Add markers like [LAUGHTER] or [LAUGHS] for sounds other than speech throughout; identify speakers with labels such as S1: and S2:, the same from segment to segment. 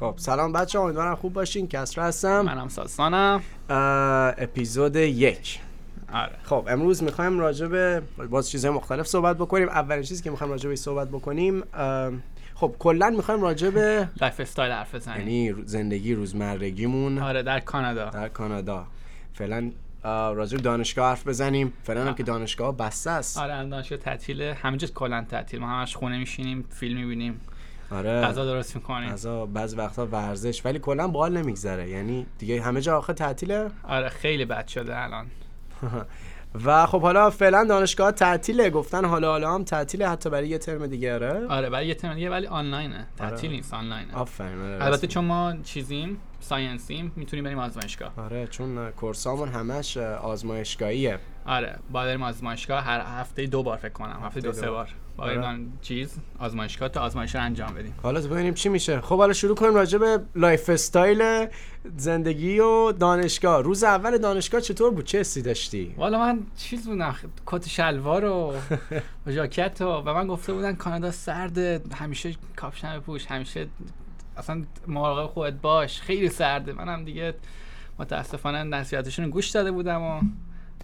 S1: خب سلام بچه ها امیدوارم خوب باشین کسرا هستم
S2: منم ساسانم
S1: اه، اپیزود یک
S2: آره
S1: خب امروز میخوایم راجع به باز چیزهای مختلف صحبت بکنیم اولین چیزی که میخوایم راجع به صحبت بکنیم اه، خب کلا میخوایم راجع به
S2: لایف استایل حرف بزنیم
S1: یعنی رو- زندگی روزمرگیمون
S2: بله. آره در کانادا
S1: در کانادا فعلا اه، راجع به دانشگاه حرف بزنیم فعلا هم که دانشگاه بسته است
S2: آره الان دانشگاه تعطیله همه جا کلا تعطیل ما همش خونه میشینیم فیلم میبینیم
S1: آره
S2: غذا درست میکنیم
S1: غذا بعض وقتا ورزش ولی کلا بال نمیگذره یعنی دیگه همه جا آخه تعطیله
S2: آره خیلی بد شده الان
S1: و خب حالا فعلا دانشگاه تعطیله گفتن حالا حالا هم تعطیله حتی برای یه ترم دیگه آره
S2: آره برای یه ترم دیگه ولی آنلاینه تعطیل نیست آنلاینه
S1: آفرین آره
S2: البته
S1: راست.
S2: چون ما چیزیم ساینسیم میتونیم بریم آزمایشگاه
S1: آره چون اه، کورسامون همش اه، آزمایشگاهیه
S2: آره با بریم آزمایشگاه هر هفته دو بار فکر کنم هفته دو
S1: دو بار.
S2: سه بار با بریم
S1: آره.
S2: آن چیز آزمایشگاه تا آزمایش رو انجام بدیم
S1: حالا تو ببینیم چی میشه خب حالا شروع کنیم راجع به لایف استایل زندگی و دانشگاه روز اول دانشگاه چطور بود چه حسی داشتی
S2: والا من چیز بودم خ- کت و شلوار و و ژاکت و و من گفته بودن کانادا سرده همیشه کاپشن بپوش همیشه اصلا مراقب خودت باش خیلی سرده منم دیگه متاسفانه نصیحتشون رو گوش داده بودم و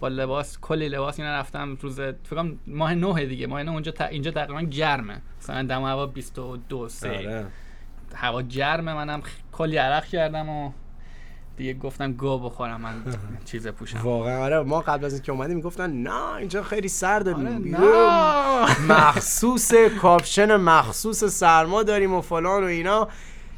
S2: با لباس کلی لباس اینا رفتم روز فکر کنم ماه نه دیگه ماه نه اونجا تا- اینجا تقریبا گرمه مثلا دم هوا 22 3
S1: آره
S2: هوا گرمه منم خ- کلی عرق کردم و دیگه گفتم گو بخورم من چیز پوشم
S1: واقعا آره ما قبل از اینکه اومدیم میگفتن نه اینجا خیلی سرده یه
S2: آره، نه
S1: مخصوص کاپشن مخصوص سرما داریم و فلان و اینا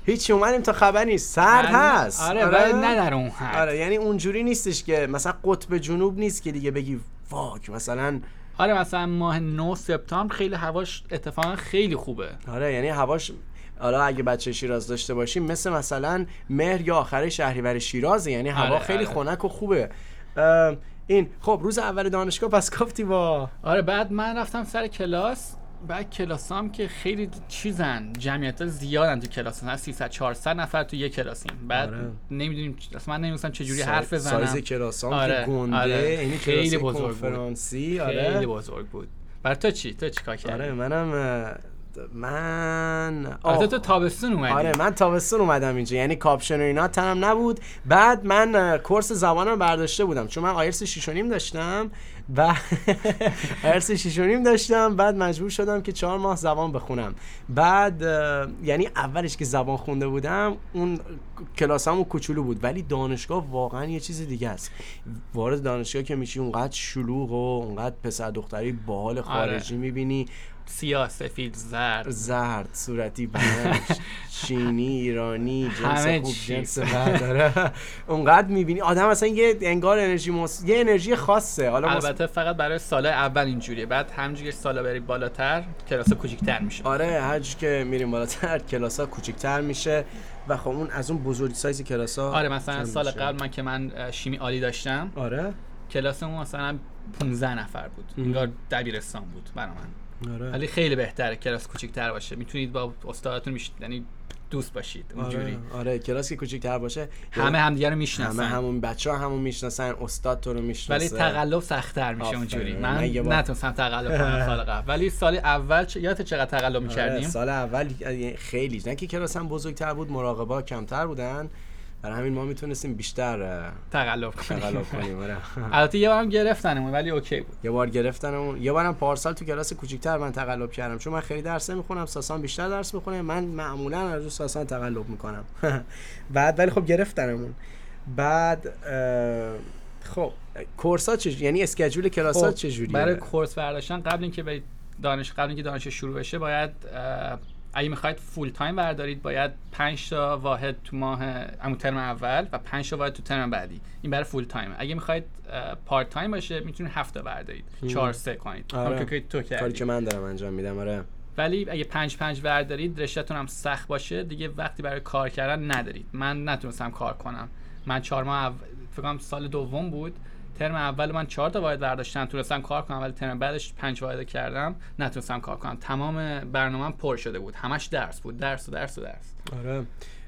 S1: هیچی اومدیم تا خبر نیست سرد هست
S2: آره ولی نه در اون حد
S1: آره یعنی اونجوری نیستش که مثلا قطب جنوب نیست که دیگه بگی واک مثلا
S2: آره مثلا ماه 9 سپتامبر خیلی هواش اتفاقا خیلی خوبه
S1: آره یعنی هواش حالا اگه بچه شیراز داشته باشیم مثل مثلا مهر یا آخر شهریور شیرازه یعنی هوا
S2: آره،
S1: خیلی
S2: آره.
S1: خنک و خوبه ام، این خب روز اول دانشگاه پس گفتی با
S2: آره بعد من رفتم سر کلاس بعد کلاسام که خیلی چیزن جمعیت زیادن تو کلاس مثلا 300 400 نفر تو یه کلاسیم بعد
S1: آره.
S2: نمیدونیم اصلا من نمیدونستم چه جوری
S1: سا-
S2: حرف بزنم
S1: سایز کلاسام
S2: آره،
S1: که گنده
S2: آره.
S1: یعنی
S2: خیلی
S1: کلاس
S2: بزرگ بود.
S1: کنفرانسی آره
S2: خیلی بزرگ بود بر تو چی تو چیکار کردی
S1: آره منم اه، من
S2: البته
S1: آه.
S2: تو تابستون اومدی
S1: آره من تابستون اومدم اینجا یعنی کاپشن و اینا تنم نبود بعد من اه، کورس زبانم برداشته بودم چون من آیلتس 6.5 داشتم و [LAUGHS] آیلتس 6.5 داشتم بعد مجبور شدم که چهار ماه زبان بخونم بعد اه، یعنی اولش که زبان خونده بودم اون کلاسامو کوچولو بود ولی دانشگاه واقعا یه چیز دیگه است وارد دانشگاه که میشی اونقدر شلوغ و اونقدر پسر دختری باحال خارجی میبینی
S2: سیاه سفید زرد
S1: زرد صورتی بنفش چینی ایرانی جنس
S2: همه
S1: خوب
S2: چی.
S1: [LAUGHS] جنس بد آره. اونقدر میبینی آدم اصلا یه انگار انرژی مص... یه انرژی خاصه حالا مص...
S2: البته فقط برای سال اول اینجوریه بعد همجوری که سالا بری بالاتر کلاس کوچیک‌تر میشه
S1: آره هر چی که میریم بالاتر کلاس ها کوچیک‌تر میشه و خب اون از اون بزرگ سایز کلاس ها
S2: آره مثلا سال قبل من که من اه، شیمی عالی داشتم
S1: آره
S2: کلاسمون مثلا 15 نفر بود انگار دبیرستان بود برا من
S1: آره
S2: ولی خیلی بهتره کلاس کوچیک‌تر باشه میتونید با استادتون میش... یعنی دوست باشید اونجوری
S1: آره, آره. کلاس که کوچیک‌تر باشه یعنی
S2: همه همدیگه رو
S1: همه
S2: میشناسن
S1: همون بچه ها همون میشناسن استاد تو رو میشناسه
S2: ولی تقلب سختتر میشه
S1: آفرین.
S2: اونجوری
S1: من
S2: من,
S1: یه بار-
S2: نتونستم تقلب
S1: [LAUGHS]
S2: کنم سال قبل ولی سال اول چ... یادت چقدر تقلب
S1: آره،
S2: میکردیم
S1: سال اول یعنی خیلی نه که کلاس هم بزرگتر بود مراقبا کمتر بودن برای همین ما میتونستیم بیشتر اه،
S2: تقلب کنیم
S1: تقلب کنیم
S2: [LAUGHS]
S1: آره.
S2: البته یه بارم گرفتنمون ولی اوکی بود
S1: یه بار گرفتنمون یه بارم پارسال تو کلاس کوچیک‌تر من تقلب کردم چون من خیلی درس نمیخونم ساسان بیشتر درس میخونه من معمولا از رو ساسان تقلب میکنم [LAUGHS] بعد ولی خب گرفتنمون بعد اه، خب کورسات چجوری یعنی اسکیجول کلاسات
S2: خب،
S1: چجوریه
S2: برای کورس برداشتن قبل اینکه برید دانش قبل اینکه دانش شروع بشه باید اه، اگه میخواید فول تایم بردارید باید 5 تا واحد تو ماه همون ترم اول و 5 تا واحد تو ترم بعدی این برای فول تایم اگه میخواید پارت تایم باشه میتونید 7 تا بردارید 4 3 کنید
S1: آره.
S2: همون که تو
S1: کاری که
S2: کردی
S1: من دارم انجام میدم آره
S2: ولی اگه 5 5 بردارید رشتهتون هم سخت باشه دیگه وقتی برای کار کردن ندارید من نتونستم کار کنم من چهار ماه اول... فکر کنم سال دوم بود ترم اول من چهار تا واحد برداشتم تونستم کار کنم ولی ترم بعدش پنج واحد کردم نتونستم کار کنم تمام برنامه پر شده بود همش درس بود درس و درس و درس
S1: آره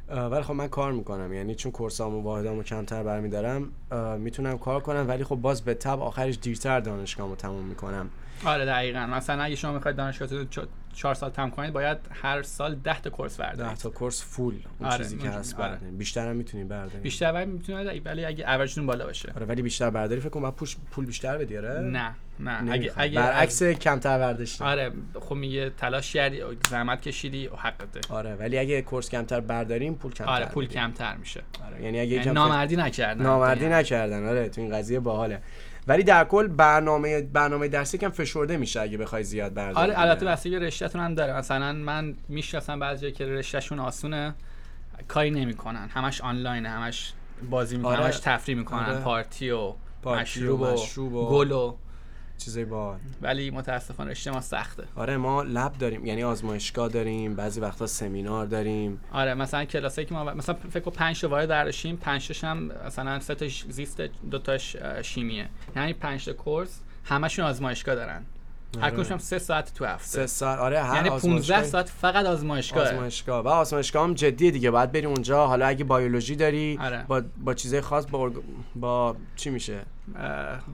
S1: اه، ولی خب من کار میکنم یعنی چون کورسامو واحدامو کمتر برمیدارم اه، میتونم کار کنم ولی خب باز به تب آخرش دیرتر دانشگاهمو تموم میکنم
S2: آره دقیقا مثلا اگه شما میخواید دانشگاهتون رو چ- چهار سال تمام کنید باید هر سال 10 تا کورس
S1: ده
S2: بردارید
S1: تا کورس فول اون
S2: آره،
S1: چیزی که
S2: اونجوری،
S1: هست
S2: آره.
S1: برداریم بیشتر هم میتونی برداریم
S2: بیشتر ولی میتونه ولی اگه اوریجتون بالا باشه
S1: آره ولی بیشتر برداری فکر کنم باید پوش پول بیشتر بدی آره
S2: نه نه اگه
S1: نمیخوای.
S2: اگه
S1: برعکس کمتر برداشتی
S2: آره خب میگه تلاش کردی زحمت کشیدی و حقته
S1: آره ولی اگه کورس کمتر برداریم پول کمتر
S2: آره پول
S1: بدیم.
S2: کمتر میشه
S1: آره. یعنی اگه
S2: یعنی
S1: یکم فکر-
S2: نامردی نکردن
S1: نامردی
S2: یعنی.
S1: نکردن آره تو این قضیه باحاله ولی در کل برنامه برنامه درسی کم فشرده میشه اگه بخوای زیاد برداری
S2: آره
S1: دیگه.
S2: البته بستگی به رشتهتون هم داره مثلا من میشناسم بعضی که رشتهشون آسونه کاری نمیکنن همش آنلاین همش بازی میکنن
S1: آره.
S2: همش تفریح میکنن
S1: آره.
S2: پارتی و
S1: پارتی و
S2: مشروب و,
S1: مشروب و-
S2: گل و
S1: چیزای باحال
S2: ولی متاسفانه رشته ما سخته
S1: آره ما لب داریم یعنی آزمایشگاه داریم بعضی وقتا سمینار داریم
S2: آره مثلا کلاسایی که ما مثلا فکر کن 5 تا وارد داشتیم 5 تاش هم مثلا سه تاش زیست دو تاش اه، شیمیه یعنی 5 تا کورس همشون آزمایشگاه دارن هر کدومش هم 3 ساعت تو هفته
S1: آره. سه سال آره هر
S2: یعنی 15
S1: آزمایشگاه-
S2: ساعت فقط آزمایشگاه
S1: آزمایشگاه و آزمایشگاه هم جدیه دیگه باید بری اونجا حالا اگه بیولوژی داری
S2: آره.
S1: با با چیزای خاص با ارگ- با چی میشه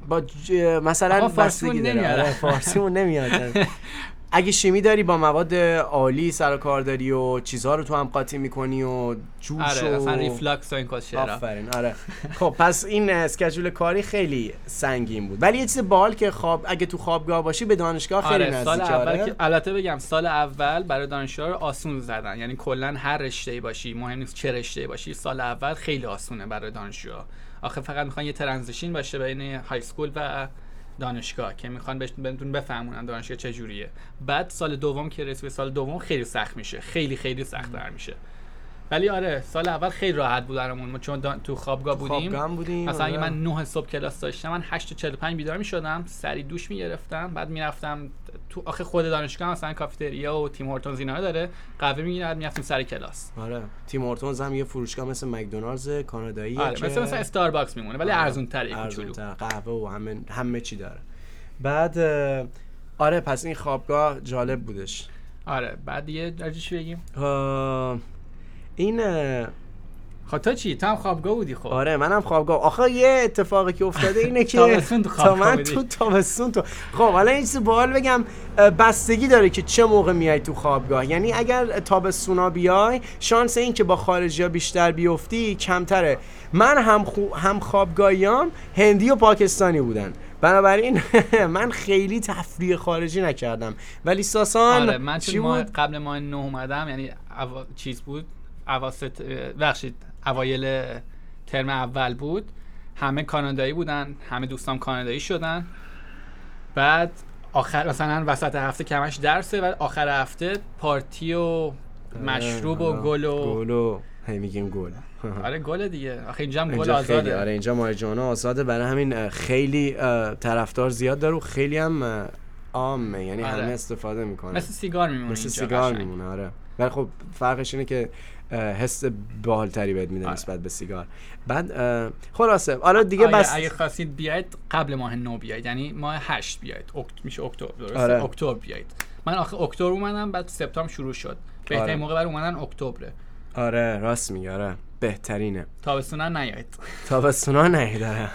S1: با ج... مثلا
S2: آها، فارسیمون
S1: بستگی داره
S2: نمیاد.
S1: آره فارسیمون نمیاد
S2: [LAUGHS]
S1: اگه شیمی داری با مواد عالی سر و کار داری و چیزها رو تو هم قاطی میکنی و جوش
S2: آره
S1: و
S2: مثلا ریفلاکس و این کار شعرها.
S1: آفرین آره خب پس این اسکجول کاری خیلی سنگین بود ولی یه چیز باحال که خواب اگه تو خوابگاه باشی به دانشگاه خیلی
S2: آره سال
S1: نزدیک
S2: اول
S1: آره
S2: که البته بگم سال اول برای دانشجوها رو آسون زدن یعنی کلا هر رشته باشی مهم نیست چه رشته باشی سال اول خیلی آسونه برای دانشجوها آخه فقط میخوان یه ترانزیشن باشه بین های اسکول و دانشگاه که میخوان بهش- بهتون بفهمونن دانشگاه چه جوریه بعد سال دوم که رسید به سال دوم خیلی سخت میشه خیلی خیلی سخت میشه ولی آره سال اول خیلی راحت بود برامون ما چون دان- تو خوابگاه بودیم
S1: خوابگاه هم بودیم
S2: مثلا اگه
S1: آره.
S2: من 9 صبح کلاس داشتم من 8 تا 45 بیدار می‌شدم سری دوش می‌گرفتم بعد می‌رفتم تو آخه خود دانشگاه هم مثلا کافتریا و تیم هورتونز اینا رو داره قهوه می‌گیرم بعد می‌رفتیم سر کلاس
S1: آره تیم هورتونز هم یه فروشگاه مثل مکدونالدز کانادایی
S2: آره مثل مثلا استارباکس میمونه
S1: آره.
S2: ولی ارزون تره کوچولو
S1: قهوه و همه همه چی داره بعد اه، آره پس این خوابگاه جالب بودش
S2: آره بعد یه راجع چی بگیم
S1: اه، این اه،
S2: خب تو چی تو هم خوابگاه بودی خب
S1: آره منم خوابگاه آخه یه اتفاقی که افتاده اینه که
S2: تابستون تو خوابگاه
S1: تا من
S2: بودی.
S1: تو تابستون تو خب حالا این چیز باحال بگم اه، بستگی داره که چه موقع میای تو خوابگاه یعنی اگر تابستونا بیای شانس این که با خارجی ها بیشتر بیفتی کمتره من هم خو... هم خوابگاهیام هندی و پاکستانی بودن بنابراین [LAUGHS] من خیلی تفریح خارجی نکردم ولی ساسان
S2: آره من
S1: چی
S2: چون ما
S1: بود
S2: قبل ما نه اومدم یعنی اوا... چیز بود اواسط اه، ببخشید اوایل ترم اول بود همه کانادایی بودن همه دوستام کانادایی شدن بعد آخر مثلا وسط هفته کمش درسه و آخر هفته پارتی و مشروب و
S1: آره،
S2: گل و
S1: گل و هی میگیم گل
S2: آره گل دیگه آخه اینجا هم گل
S1: اینجا خیلی
S2: آزاده
S1: آره اینجا ماریجوانا آزاده برای همین اه، خیلی اه، طرفدار زیاد داره و خیلی هم اه، عامه یعنی
S2: آره.
S1: همه استفاده میکنه
S2: مثل سیگار میمونه
S1: مثل
S2: اینجا
S1: سیگار
S2: قشنگ.
S1: میمونه آره ولی خب فرقش اینه که اه، حس باحالتری بهت میده
S2: آره.
S1: نسبت به سیگار بعد اه، خلاصه حالا دیگه
S2: دیگه
S1: بس
S2: اگه خواستید بیاید قبل ماه نو بیاید یعنی ماه هشت بیاید اکت... میشه اکتبر درسته
S1: آره.
S2: اکتبر بیاید من آخه اکتبر اومدم بعد سپتامبر شروع شد بهترین
S1: آره.
S2: موقع برای اومدن اکتبره
S1: آره راست میگه آره بهترینه
S2: تابستونا نیاید
S1: تابستونا نه داره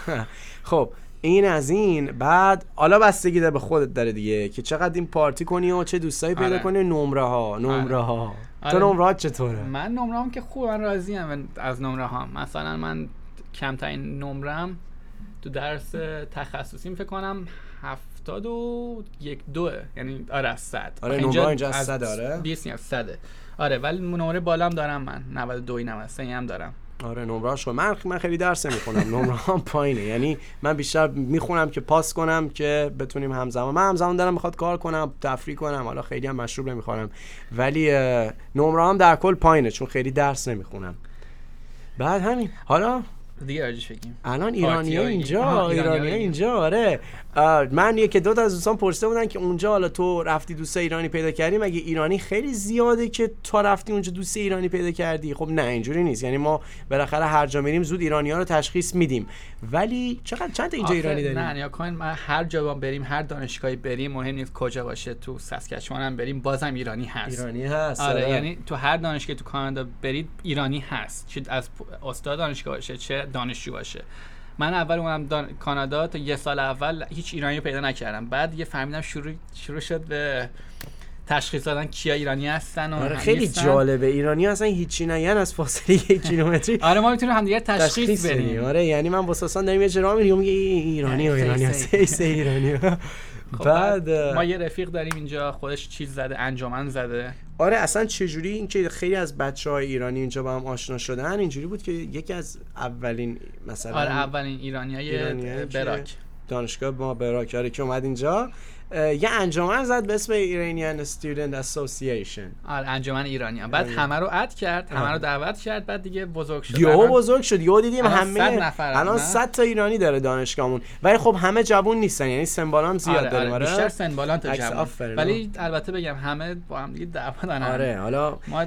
S1: خب این از این بعد حالا بستگی داره به خودت داره دیگه که چقدر این پارتی کنی و چه دوستایی پیدا
S2: آره.
S1: کنی نمره ها نمره ها
S2: آره.
S1: تو نمره ها چطوره
S2: من نمرم که خوب من راضی از نمره هام مثلا من کمترین نمرم تو درس تخصصیم فکر کنم هفتاد و یک دوه یعنی آره از صد
S1: آره،
S2: آخه
S1: نمره اینجا از صد، آره.
S2: 20 از صده آره ولی نمره بالام دارم من 92 93 هم دارم
S1: آره نمرهاش خوب من من خیلی درس نمیخونم نمره هم پایینه یعنی من بیشتر میخونم که پاس کنم که بتونیم همزمان من همزمان دارم میخواد کار کنم تفریح کنم حالا خیلی هم مشروب نمیخورم ولی نمره هم در کل پایینه چون خیلی درس نمیخونم بعد همین حالا
S2: دیگه راجعش بگیم
S1: الان ایرانی
S2: پارتی‌های-
S1: اینجا
S2: آها،
S1: ایرانی
S2: ایرانی‌ها
S1: اینجا آره آه، من یکی دو تا از دوستان پرسیده بودن که اونجا حالا تو رفتی دوست ایرانی پیدا کردی مگه ایرانی خیلی زیاده که تو رفتی اونجا دوست ایرانی پیدا کردی خب نه اینجوری نیست یعنی ما بالاخره هر جا میریم زود ایرانی ها رو تشخیص میدیم ولی چقدر چند تا اینجا
S2: آخه
S1: ایرانی داریم
S2: نه نیا کن من هر جا با بریم هر دانشگاهی بریم مهم نیست کجا باشه تو ساسکاچوان هم بریم بازم ایرانی هست
S1: ایرانی هست
S2: آره یعنی تو هر دانشگاه تو کانادا برید ایرانی هست چه از پ- استاد دانشگاه باشه چه دانشجو باشه من اول اومدم دان... کانادا تا یه سال اول هیچ ایرانی رو پیدا نکردم بعد یه فهمیدم شروع شروع شد به تشخیص دادن کیا ایرانی هستن و
S1: آره
S2: هم
S1: خیلی
S2: نیستن.
S1: جالبه ایرانی اصلا هیچی نگن از فاصله
S2: [LAUGHS]
S1: یک کیلومتری
S2: آره ما میتونیم همدیگه تشخیص
S1: تشخیص بدیم
S2: بدیم یعنی
S1: آره یعنی من با ساسان داریم یه جرا میریم میگه ای ایرانی و
S2: ای، سی،
S1: ایرانی هست
S2: سی.
S1: ای سی ایرانی ها.
S2: خب،
S1: بعد
S2: ما یه رفیق داریم اینجا خودش چیز زده انجمن زده
S1: آره اصلا چجوری اینکه خیلی از بچه های ایرانی اینجا با هم آشنا شدن اینجوری بود که یکی از اولین مثلا
S2: آره اولین ایرانی های
S1: ایرانیایی که-
S2: براک
S1: دانشگاه ما براک آره که اومد اینجا اه، یه انجمن زد به اسم Iranian Student Association
S2: آره انجمن ایرانی ها. بعد
S1: ایرانی.
S2: همه رو اد کرد همه
S1: آره.
S2: رو دعوت کرد بعد دیگه بزرگ شد
S1: یهو
S2: الان-
S1: بزرگ شد یهو دیدیم
S2: الان
S1: همه
S2: صد نفرن،
S1: الان
S2: نه؟
S1: 100 تا ایرانی داره دانشگاهمون ولی خب همه جوون نیستن یعنی سنبال هم زیاد
S2: آره،
S1: داریم
S2: آره.
S1: آره
S2: بیشتر سن بالانت
S1: عکس
S2: جمع
S1: آفرین،
S2: ولی البته بگم همه با هم دیگه دعوا دارن
S1: آره حالا
S2: ما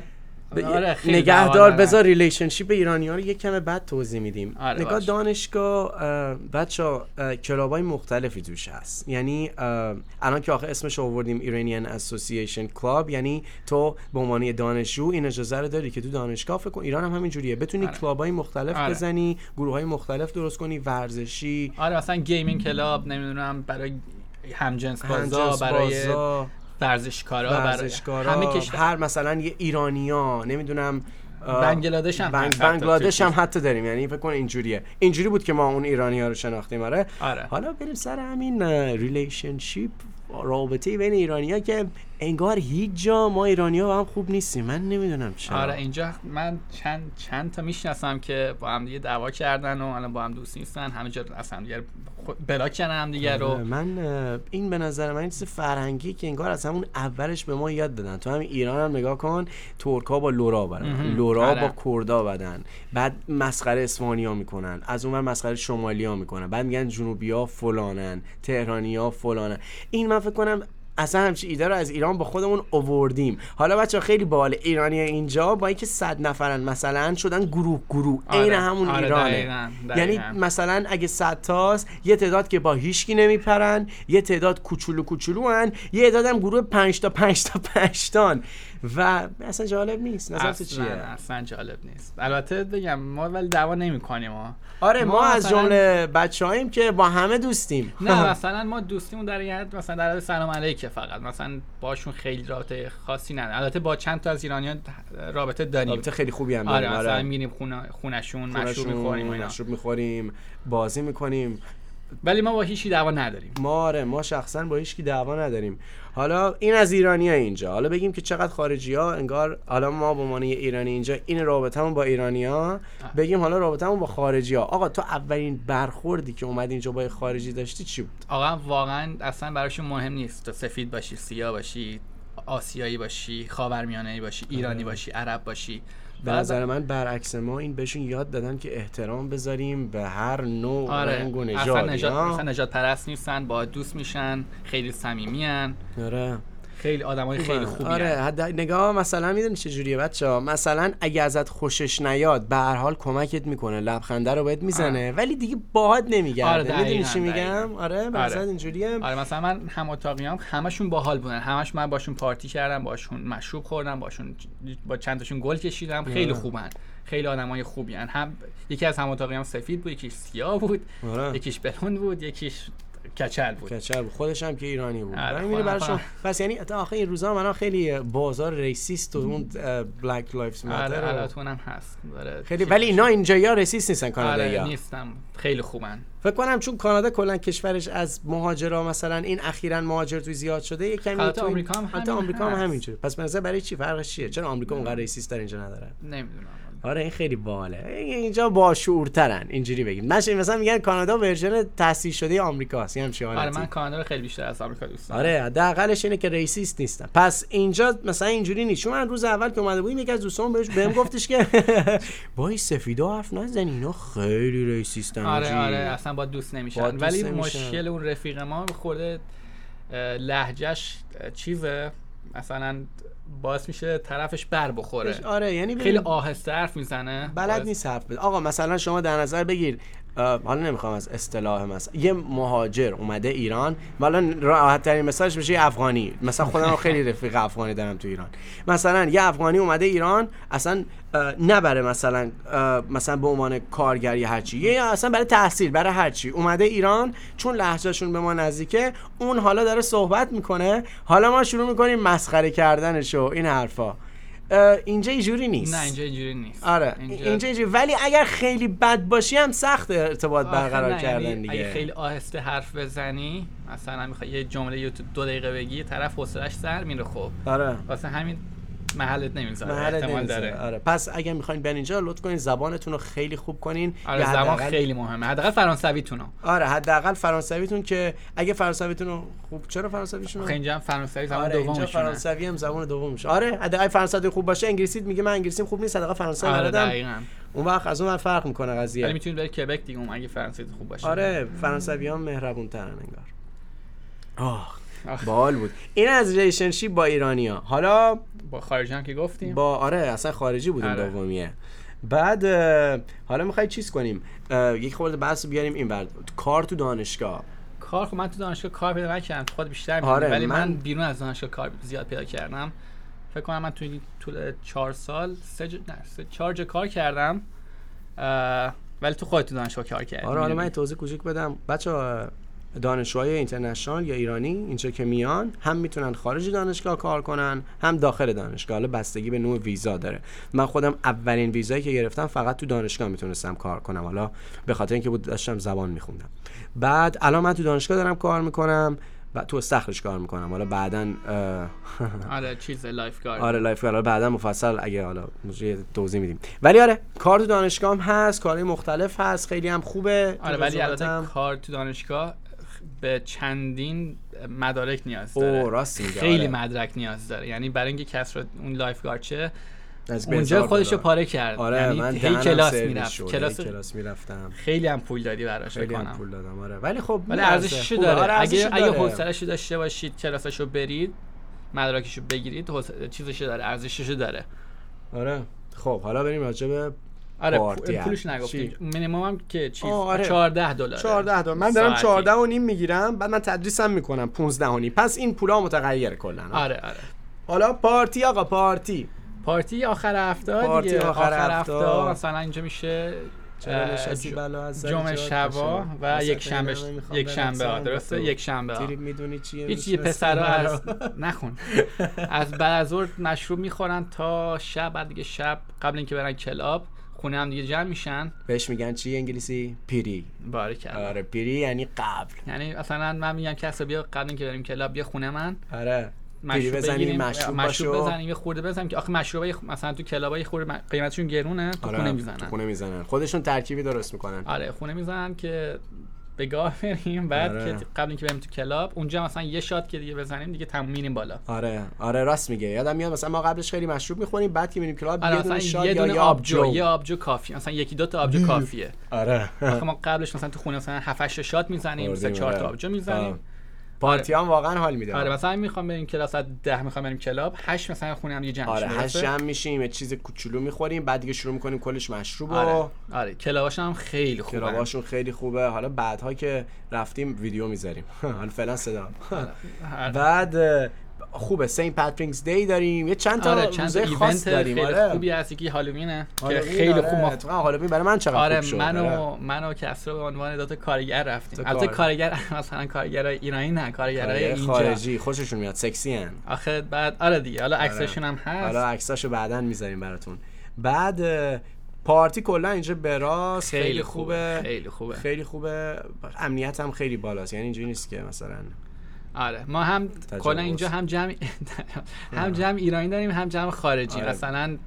S1: ب-
S2: آره خیلی دعوا
S1: نگهدار
S2: دارن.
S1: بذار ریلیشنشیپ ایرانی ها رو یک کم بعد توضیح میدیم
S2: آره،
S1: نگاه
S2: باشه.
S1: دانشگاه بچه ها کلاب های مختلفی توش هست یعنی اه، الان که آخه اسمش رو آوردیم ایرانیان اسوسییشن کلاب یعنی تو به عنوان یه دانشجو این اجازه رو داری که تو دانشگاه فکر کن ایران هم همین جوریه بتونی
S2: آره.
S1: کلاب های مختلف
S2: آره.
S1: بزنی گروه های مختلف درست کنی ورزشی
S2: آره مثلا گیمینگ کلاب نمیدونم برای همجنس بازا
S1: هنجس
S2: برای
S1: بازا،
S2: ورزشکارا برای
S1: ورزشکارا
S2: همه کشور
S1: هر مثلا یه ایرانیا نمیدونم
S2: بنگلادش هم
S1: بنگ
S2: هست حتی
S1: بنگلادش
S2: توی
S1: هم حتی داریم یعنی فکر کن اینجوریه اینجوری بود که ما اون ایرانی ها رو شناختیم آره
S2: آره
S1: حالا بریم سر همین ریلیشنشیپ رابطه بین ایرانی ها که انگار هیچ جا ما ایرانی ها با هم خوب نیستیم من نمیدونم چرا
S2: آره اینجا من چند چند تا میشناسم که با هم دیگه دعوا کردن و الان با هم دوست نیستن همه جا از هم دیگه خود- بلاک کردن هم دیگه
S1: آره،
S2: رو
S1: من اه، این به نظر من یه چیز فرهنگی که انگار از همون اولش به ما یاد دادن تو همین ایران هم نگاه کن ترک ها با لورا بدن
S2: مهم.
S1: لورا
S2: آره.
S1: با کردا بدن بعد مسخره اسفانی ها میکنن از اون ور مسخره شمالی ها میکنن بعد میگن جنوبی ها فلانن تهرانی ها فلانن این من فکر کنم اصلا همچی ایده رو از ایران با خودمون اووردیم حالا بچه خیلی باله ایرانی اینجا با اینکه صد نفرن مثلا شدن گروه گروه عین
S2: آره،
S1: همون
S2: آره،
S1: ایرانه
S2: دقیقاً،
S1: یعنی
S2: دقیقاً.
S1: مثلا اگه 100 تاست یه تعداد که با هیچکی نمیپرن یه تعداد کوچولو کوچولو هن یه تعداد هم گروه 5 تا 5 تا 5 تان و اصلا جالب نیست نظر تو
S2: اصلا,
S1: چیه
S2: اصلا جالب نیست البته بگم ما ولی دعوا نمی
S1: [LAUGHS]
S2: کنیم ما
S1: آره ما,
S2: ما
S1: از
S2: مثلا-
S1: جمله بچه‌هاییم که با همه دوستیم [LAUGHS]
S2: نه مثلا ما دوستیمون در یاد مثلا در حد سلام علیکه فقط مثلا باشون خیلی رابطه خاصی نداریم البته با چند تا از ایرانیان رابطه داریم
S1: رابطه خیلی خوبی هم
S2: آره
S1: داریم
S2: مثلا
S1: آره
S2: میریم خونه خونشون مشروب
S1: خونشون،
S2: میخوریم و اینا.
S1: مشروب میخوریم بازی میکنیم
S2: ولی ما با هیچی دعوا نداریم
S1: ما آره ما شخصا با هیچ کی دعوا نداریم حالا این از ایرانی اینجا حالا بگیم که چقدر خارجی ها انگار حالا ما به عنوان یه ایرانی اینجا این رابطمون با ایرانی ها بگیم حالا رابطمون با خارجی ها آقا تو اولین برخوردی که اومد اینجا با یه خارجی داشتی چی بود
S2: آقا واقعا اصلا براشون مهم نیست تو سفید باشی سیاه باشی آسیایی باشی خاورمیانه باشی ایرانی باشی عرب باشی
S1: آره. به
S2: بعد-
S1: نظر من برعکس ما این بهشون یاد دادن که احترام بذاریم به هر نوع
S2: آره
S1: رنگ و
S2: اصلا
S1: نژادی،
S2: نجات
S1: ها؟
S2: اصلا نجات پرست نیستن با دوست میشن خیلی صمیمیان
S1: آره
S2: خیلی آدمای خیلی خوبی
S1: آره حد نگاه مثلا میدونی چه جوریه بچه ها مثلا اگه ازت خوشش نیاد به هر حال کمکت میکنه لبخنده رو بهت میزنه ولی دیگه باهات
S2: آره،
S1: نمیگرده
S2: دقیقاً،
S1: میدونی چی
S2: دقیقاً.
S1: میگم آره به
S2: آره.
S1: نظرت اینجوریه
S2: آره مثلا من هم اتاقیام همشون باحال بودن همش من باشون پارتی کردم باشون مشروب خوردم باشون با چند تاشون گل کشیدم
S1: آره.
S2: خیلی خوبن خیلی آدمای خوبی هن. هم یکی از هم اتاقیام سفید بود یکیش سیاه بود
S1: آره.
S2: یکیش بلوند بود یکیش کچل بود
S1: کچل بود. خودش هم که ایرانی بود
S2: آره،
S1: آره میره
S2: خودم
S1: براشون
S2: خودم.
S1: پس یعنی تا آخه این روزا من خیلی بازار ریسیست و اون بلک لایفز
S2: آره
S1: ماتر
S2: الاتون هم هست آره،
S1: خیلی
S2: کی-
S1: ولی اینا اینجا ریسیست نیستن
S2: آره
S1: کانادایی
S2: نیستم خیلی خوبن
S1: فکر کنم چون کانادا کلا کشورش از مهاجرا مثلا این اخیرا مهاجر توی زیاد شده یه کمی
S2: البته
S1: تو این-
S2: آمریکا هم
S1: البته
S2: همین
S1: آمریکا هم
S2: هست.
S1: همینجوره پس به نظر برای چی فرقش چیه چرا آمریکا اونقدر ریسیست در اینجا نداره
S2: نمیدونم
S1: آره این خیلی باله اینجا با شعورترن اینجوری بگیم نشه مثلا میگن کانادا ورژن تحصیل شده آمریکاست یه همچین
S2: آره
S1: حالتی
S2: من کانادا رو خیلی بیشتر از آمریکا دوست دارم
S1: آره حداقلش اینه که ریسیست نیستن پس اینجا مثلا اینجوری نیست چون من روز اول که اومده بودیم یکی از دوستان بهش بهم گفتش که [LAUGHS] وای سفیدا حرف نزن اینا خیلی ریسیستن
S2: آره
S1: حاجی.
S2: آره اصلا با دوست نمیشن
S1: با دوست
S2: ولی
S1: نمیشن.
S2: مشکل اون رفیق ما خورده اه، لهجهش اه، چیزه مثلا باعث میشه طرفش بر بخوره
S1: آره یعنی
S2: خیلی
S1: ببین-
S2: آهسته حرف میزنه
S1: آره. بلد نیست حرف بزن آقا مثلا شما در نظر بگیر اه، حالا نمیخوام از اصطلاح مثلا یه مهاجر اومده ایران حالا راحت ترین مثالش میشه یه افغانی مثلا خودم رو خیلی رفیق افغانی دارم تو ایران مثلا یه افغانی اومده ایران اصلا اه، نبره مثلا اه، مثلا به عنوان کارگری هرچی یه اصلا برای تحصیل برای هرچی اومده ایران چون لهجهشون به ما نزدیکه اون حالا داره صحبت میکنه حالا ما شروع میکنیم مسخره کردنش و این حرفا اه، اینجا اینجوری نیست
S2: نه اینجا اینجوری نیست
S1: آره
S2: اینجا-
S1: اینجا اینجوری ولی اگر خیلی بد باشی هم سخت ارتباط
S2: آخه
S1: برقرار
S2: نه،
S1: کردن
S2: یعنی اگه
S1: دیگه
S2: خیلی آهسته حرف بزنی مثلا میخوای یه جمله یه دو دقیقه بگی طرف حوصله‌اش سر میره خب
S1: آره
S2: واسه همین محلت نمیذاره
S1: محل
S2: احتمال
S1: نمیذاره.
S2: داره
S1: آره پس اگه میخواین بیان اینجا لطف کنین زبانتون رو خیلی خوب کنین
S2: آره
S1: یا
S2: زبان
S1: حداقل-
S2: خیلی مهمه حداقل فرانسویتون رو
S1: آره حداقل فرانسویتون که اگه فرانسویتون رو خوب چرا فرانسویشون رو
S2: آخه اینجا هم فرانسوی زبان
S1: آره اینجا
S2: دومشونه
S1: فرانسوی هم زبان دومش آره اگه فرانسوی خوب باشه انگلیسی میگه من انگلیسیم خوب نیست حداقل فرانسوی
S2: آره
S1: بلدم
S2: دقیقاً
S1: اون وقت از اون ور فرق میکنه
S2: ولی
S1: قضیه
S2: میتونید برید کبک دیگه اون اگه فرانسوی خوب باشه
S1: آره فرانسوی ها مهربون ترن انگار آه
S2: آخ.
S1: بال بود این از ریلیشنشیپ با ایرانی ها حالا
S2: با خارجی هم که گفتیم
S1: با آره اصلا خارجی بودیم
S2: آره.
S1: دومیه بعد اه، حالا میخوای چیز کنیم اه، یک خورده بحث رو بیاریم این برد کار تو دانشگاه
S2: کار خب من تو دانشگاه کار پیدا نکردم خود بیشتر می‌دونی.
S1: آره،
S2: ولی من...
S1: من-
S2: بیرون از دانشگاه کار زیاد پیدا کردم فکر کنم من توی طول چهار سال سه جا... نه سه چهار جا کار کردم اه، ولی تو خودت تو دانشگاه کار کردی
S1: آره حالا من یه
S2: می‌دونی.
S1: توضیح کوچیک بدم بچه دانشجوهای اینترنشنال یا ایرانی اینجا که میان هم میتونن خارج دانشگاه کار کنن هم داخل دانشگاه حالا بستگی به نوع ویزا داره من خودم اولین ویزایی که گرفتم فقط تو دانشگاه میتونستم کار کنم حالا به خاطر اینکه بود داشتم زبان میخوندم بعد الان من تو دانشگاه دارم کار میکنم و تو استخرش کار میکنم حالا بعدا اه، [LAUGHS]
S2: آره چیز لایف گارد
S1: آره لایف گارد. حالا بعدا مفصل اگه حالا یه توضیح میدیم ولی آره کار تو دانشگاه هم هست کارهای مختلف هست خیلی هم خوبه
S2: آره
S1: تو
S2: ولی
S1: رضایتم.
S2: البته کار تو دانشگاه به چندین مدارک نیاز
S1: اوه،
S2: داره
S1: راست میگه،
S2: خیلی
S1: آره.
S2: مدرک نیاز داره یعنی برای اینکه کس رو اون لایف گارد شه
S1: از بهزار
S2: خب، اونجا خودش رو
S1: خدا.
S2: پاره کرد
S1: آره
S2: یعنی
S1: من
S2: هی
S1: دهنم
S2: کلاس
S1: سرویس
S2: میرفت
S1: شد.
S2: کلاس
S1: هی کلاس میرفتم
S2: خیلی هم پول دادی براش
S1: خیلی هم
S2: کنم.
S1: پول دادم آره ولی خب
S2: ولی
S1: می‌ارزه.
S2: ارزشش
S1: خوبه.
S2: داره
S1: آره، ارزششو
S2: اگه اگه
S1: داره.
S2: حوصله‌ش رو داشته باشید کلاسش رو برید مدارکش رو بگیرید حوصله- چیزش رو داره ارزشش رو داره
S1: آره خب حالا بریم راجع به
S2: آره
S1: پارتی
S2: پو- پولش
S1: هم.
S2: نگفتیم
S1: چی؟
S2: مینیمم هم که چیز
S1: آه، آره.
S2: 14 دلار
S1: 14 دلار من دارم 14 و نیم میگیرم بعد من تدریسم میکنم 15 و نیم پس این پولا متغیر کلا
S2: آره آره
S1: حالا پارتی آقا پارتی
S2: پارتی آخر هفته
S1: پارتی
S2: دیگه
S1: آخر
S2: آخر,
S1: هفته.
S2: هفته مثلا اینجا میشه
S1: چرا
S2: اه،
S1: نشستی
S2: ج-
S1: بلا از سر
S2: جمعه
S1: جات
S2: شبا
S1: باشم؟
S2: و
S1: وسط
S2: یک شنبه
S1: اینا نمی‌خوام
S2: یک
S1: برم
S2: شنبه
S1: سر
S2: درسته
S1: تو.
S2: یک شنبه
S1: تیری میدونی چیه آره.
S2: یه چیزی
S1: می‌شناسی
S2: پسرا
S1: منو. [LAUGHS]
S2: از نخون از بعد از ظهر مشروب میخورن تا شب بعد دیگه شب قبل اینکه برن کلاب خونه هم دیگه جمع میشن
S1: بهش میگن چی انگلیسی پیری
S2: بارک الله.
S1: آره پیری یعنی قبل
S2: یعنی مثلا من میگم کسا بیا قبل اینکه بریم کلاب بیا خونه من
S1: آره پیری
S2: مشروب
S1: بزنی
S2: بگیریم
S1: مشروب
S2: مشروب
S1: باشو
S2: بزنیم یه خورده بزنیم که آخه مشروبای خ- مثلا تو کلابای خورده م- قیمتشون گرونه تو
S1: آره،
S2: خونه
S1: تو
S2: میزنن
S1: خونه میزنن خودشون ترکیبی درست میکنن
S2: آره خونه میزنن که به گاه بریم بعد
S1: آره.
S2: که قبل اینکه بریم تو کلاب اونجا مثلا یه شات که دیگه بزنیم دیگه تموم میریم بالا
S1: آره آره راست میگه یادم میاد مثلا ما قبلش خیلی مشروب میخوریم بعد که میریم کلاب
S2: آره
S1: یه دونه
S2: مثلا
S1: شاد
S2: یه
S1: یا
S2: دونه
S1: یه
S2: آبجو
S1: آبجو
S2: یه آبجو کافیه مثلا یکی دو تا آبجو کافیه
S1: آره
S2: آخه ما قبلش مثلا تو خونه مثلا 7 8 شات میزنیم سه
S1: خوردیم،
S2: چهار تا
S1: آره.
S2: آبجو
S1: آه.
S2: میزنیم
S1: پارتی هم واقعا حال میده
S2: آره مثلا میخوام بریم کلاس ساعت 10 میخوام بریم کلاب 8 مثلا خونه هم یه جمع
S1: آره
S2: شیم،
S1: هشت
S2: درسته؟
S1: جمع میشیم یه چیز کوچولو میخوریم بعد دیگه شروع میکنیم کلش مشروب و
S2: آره آره کلاباش هم خیلی خوبه
S1: کراباشون خیلی خوبه حالا بعدها که رفتیم ویدیو میذاریم [LAUGHS] حالا فعلا صدا
S2: [LAUGHS] آره.
S1: بعد اه، خوبه سین پاترینگز دی داریم یه چند تا
S2: آره چند تا
S1: روزه
S2: ایونت
S1: خاص
S2: خیلی
S1: داریم آره
S2: خوبی هست یکی هالووینه که
S1: هالووین،
S2: خیلی
S1: آره.
S2: خوب ما
S1: اتفاقا هالووین برای من چقدر
S2: آره
S1: خوب شد
S2: من
S1: آره.
S2: و من و کسرا به عنوان دو تا کارگر رفتیم
S1: دو
S2: البته
S1: کار-
S2: کارگر [LAUGHS] مثلا کارگرای ایرانی نه کارگرای
S1: آره،
S2: اینجا
S1: خارجی خوششون میاد سکسی هن
S2: آخه بعد آره دیگه حالا عکسشون هم هست
S1: حالا عکساشو بعدا میذاریم براتون بعد اه، پارتی کلا اینجا به راست خیلی, خوبه
S2: خیلی خوبه
S1: خیلی خوبه امنیت هم خیلی بالاست یعنی اینجوری نیست که مثلا
S2: آره ما هم کلا اینجا هم جمع [LAUGHS] هم جمع ایرانی داریم هم جمع خارجی
S1: آره.
S2: مثلا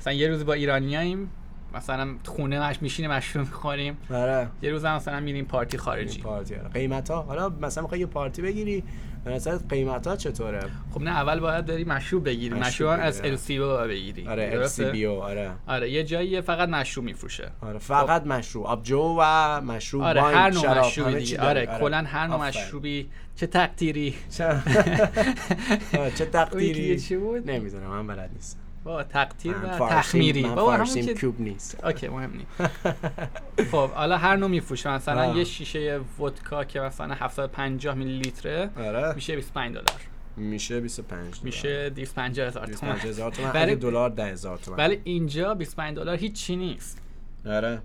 S2: مثلا یه روز با ایرانیاییم مثلا خونه مش میشینیم مشروب میخوریم
S1: آره
S2: یه روز هم مثلا میریم پارتی خارجی
S1: پارتی آره. قیمت ها حالا مثلا میخوای یه پارتی بگیری به نظرت قیمت ها چطوره
S2: خب نه اول باید بری مشروب بگیری
S1: مشروب
S2: مشروب هم از
S1: بگیری،
S2: ال سی بگیری
S1: آره ال
S2: درسته؟
S1: سی بی او آره
S2: آره یه جایی فقط مشروب میفروشه
S1: آره فقط مشروب آبجو و مشروب
S2: آره
S1: واین،
S2: هر نوع
S1: شراب،
S2: مشروبی
S1: همه چی
S2: دیگه
S1: داره.
S2: آره کلا هر نوع
S1: آفرین.
S2: مشروبی چه تقدیری
S1: [LAUGHS] چه آه، چه
S2: اون یکی
S1: تقدیری
S2: [LAUGHS] چی بود
S1: نمیدونم من بلد نیستم
S2: بابا تقطیر
S1: من
S2: و
S1: فارسیم-
S2: تخمیری
S1: من
S2: بابا همون
S1: فارسیم
S2: که
S1: کوب نیست
S2: اوکی مهم نیست خب حالا هر نوع میفروشه مثلا
S1: آه.
S2: یه شیشه ودکا که مثلا 750 میلی لیتره
S1: [LAUGHS] آره
S2: میشه 25 دلار
S1: میشه 25 دلار.
S2: میشه 250 هزار تومان
S1: 25 هزار تومن
S2: برای-
S1: اگه دلار 10 هزار تومن
S2: ولی اینجا 25 دلار هیچی نیست
S1: آره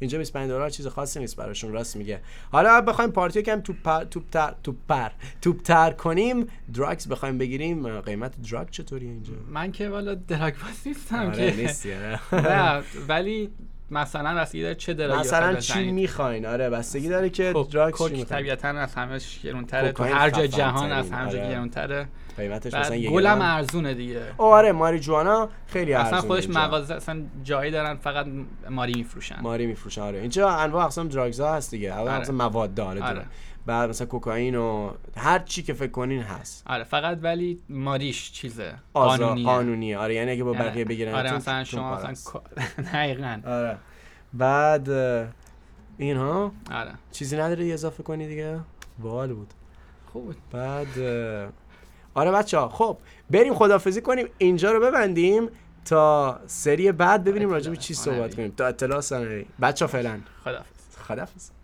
S1: اینجا 25 دلار چیز خاصی نیست براشون راست میگه حالا بخوایم پارتی رو کم توپ پر توپ تر توپ پر توپ تر کنیم دراگز بخوایم بگیریم قیمت دراگ چطوریه اینجا
S2: من که والا دراگ باز نیستم
S1: آره
S2: که
S1: نیستی آره
S2: [LAUGHS]
S1: [LAUGHS]
S2: نه، ولی مثلا رسیدگی داره چه دراگی
S1: مثلا چی میخواین آره بستگی داره که
S2: کوک
S1: دراگ چی
S2: کوک
S1: میخواین
S2: طبیعتا از همه گرونتره تو
S1: کوکائین
S2: هر جای
S1: خفن‌ترین،
S2: جهان از همه جا
S1: آره.
S2: گرونتره
S1: قیمتش
S2: بعد
S1: مثلا یه
S2: گلم
S1: گرم.
S2: ارزونه دیگه
S1: او آره ماریجوانا خیلی ارزونه
S2: اصلا خودش
S1: اینجا.
S2: مغازه اصلا جایی دارن فقط ماری میفروشن
S1: ماری میفروشن آره اینجا انواع اقسام دراگز ها هست دیگه انواع
S2: آره.
S1: اقسام مواد داره
S2: آره.
S1: آره. بعد مثلا کوکائین و هر چی که فکر کنین هست
S2: آره فقط ولی ماریش چیزه
S1: آزاد
S2: قانونیه
S1: قانونیه آره یعنی اگه با
S2: یعنی-
S1: بقیه بگیرن
S2: آره
S1: تو-
S2: مثلا
S1: تو
S2: شما
S1: پاراست.
S2: مثلا کو- [LAUGHS] دقیقاً
S1: آره بعد اه، اینها
S2: آره
S1: چیزی نداره یه اضافه کنی دیگه باحال بود
S2: خوب
S1: بعد اه، آره بچه ها خب بریم خدافزی کنیم اینجا رو ببندیم تا سری بعد ببینیم راجع به چی
S2: اطلاع
S1: صحبت
S2: ثانوی.
S1: کنیم تا اطلاع ثانوی بچه ها فعلا
S2: خدافظ
S1: خدافز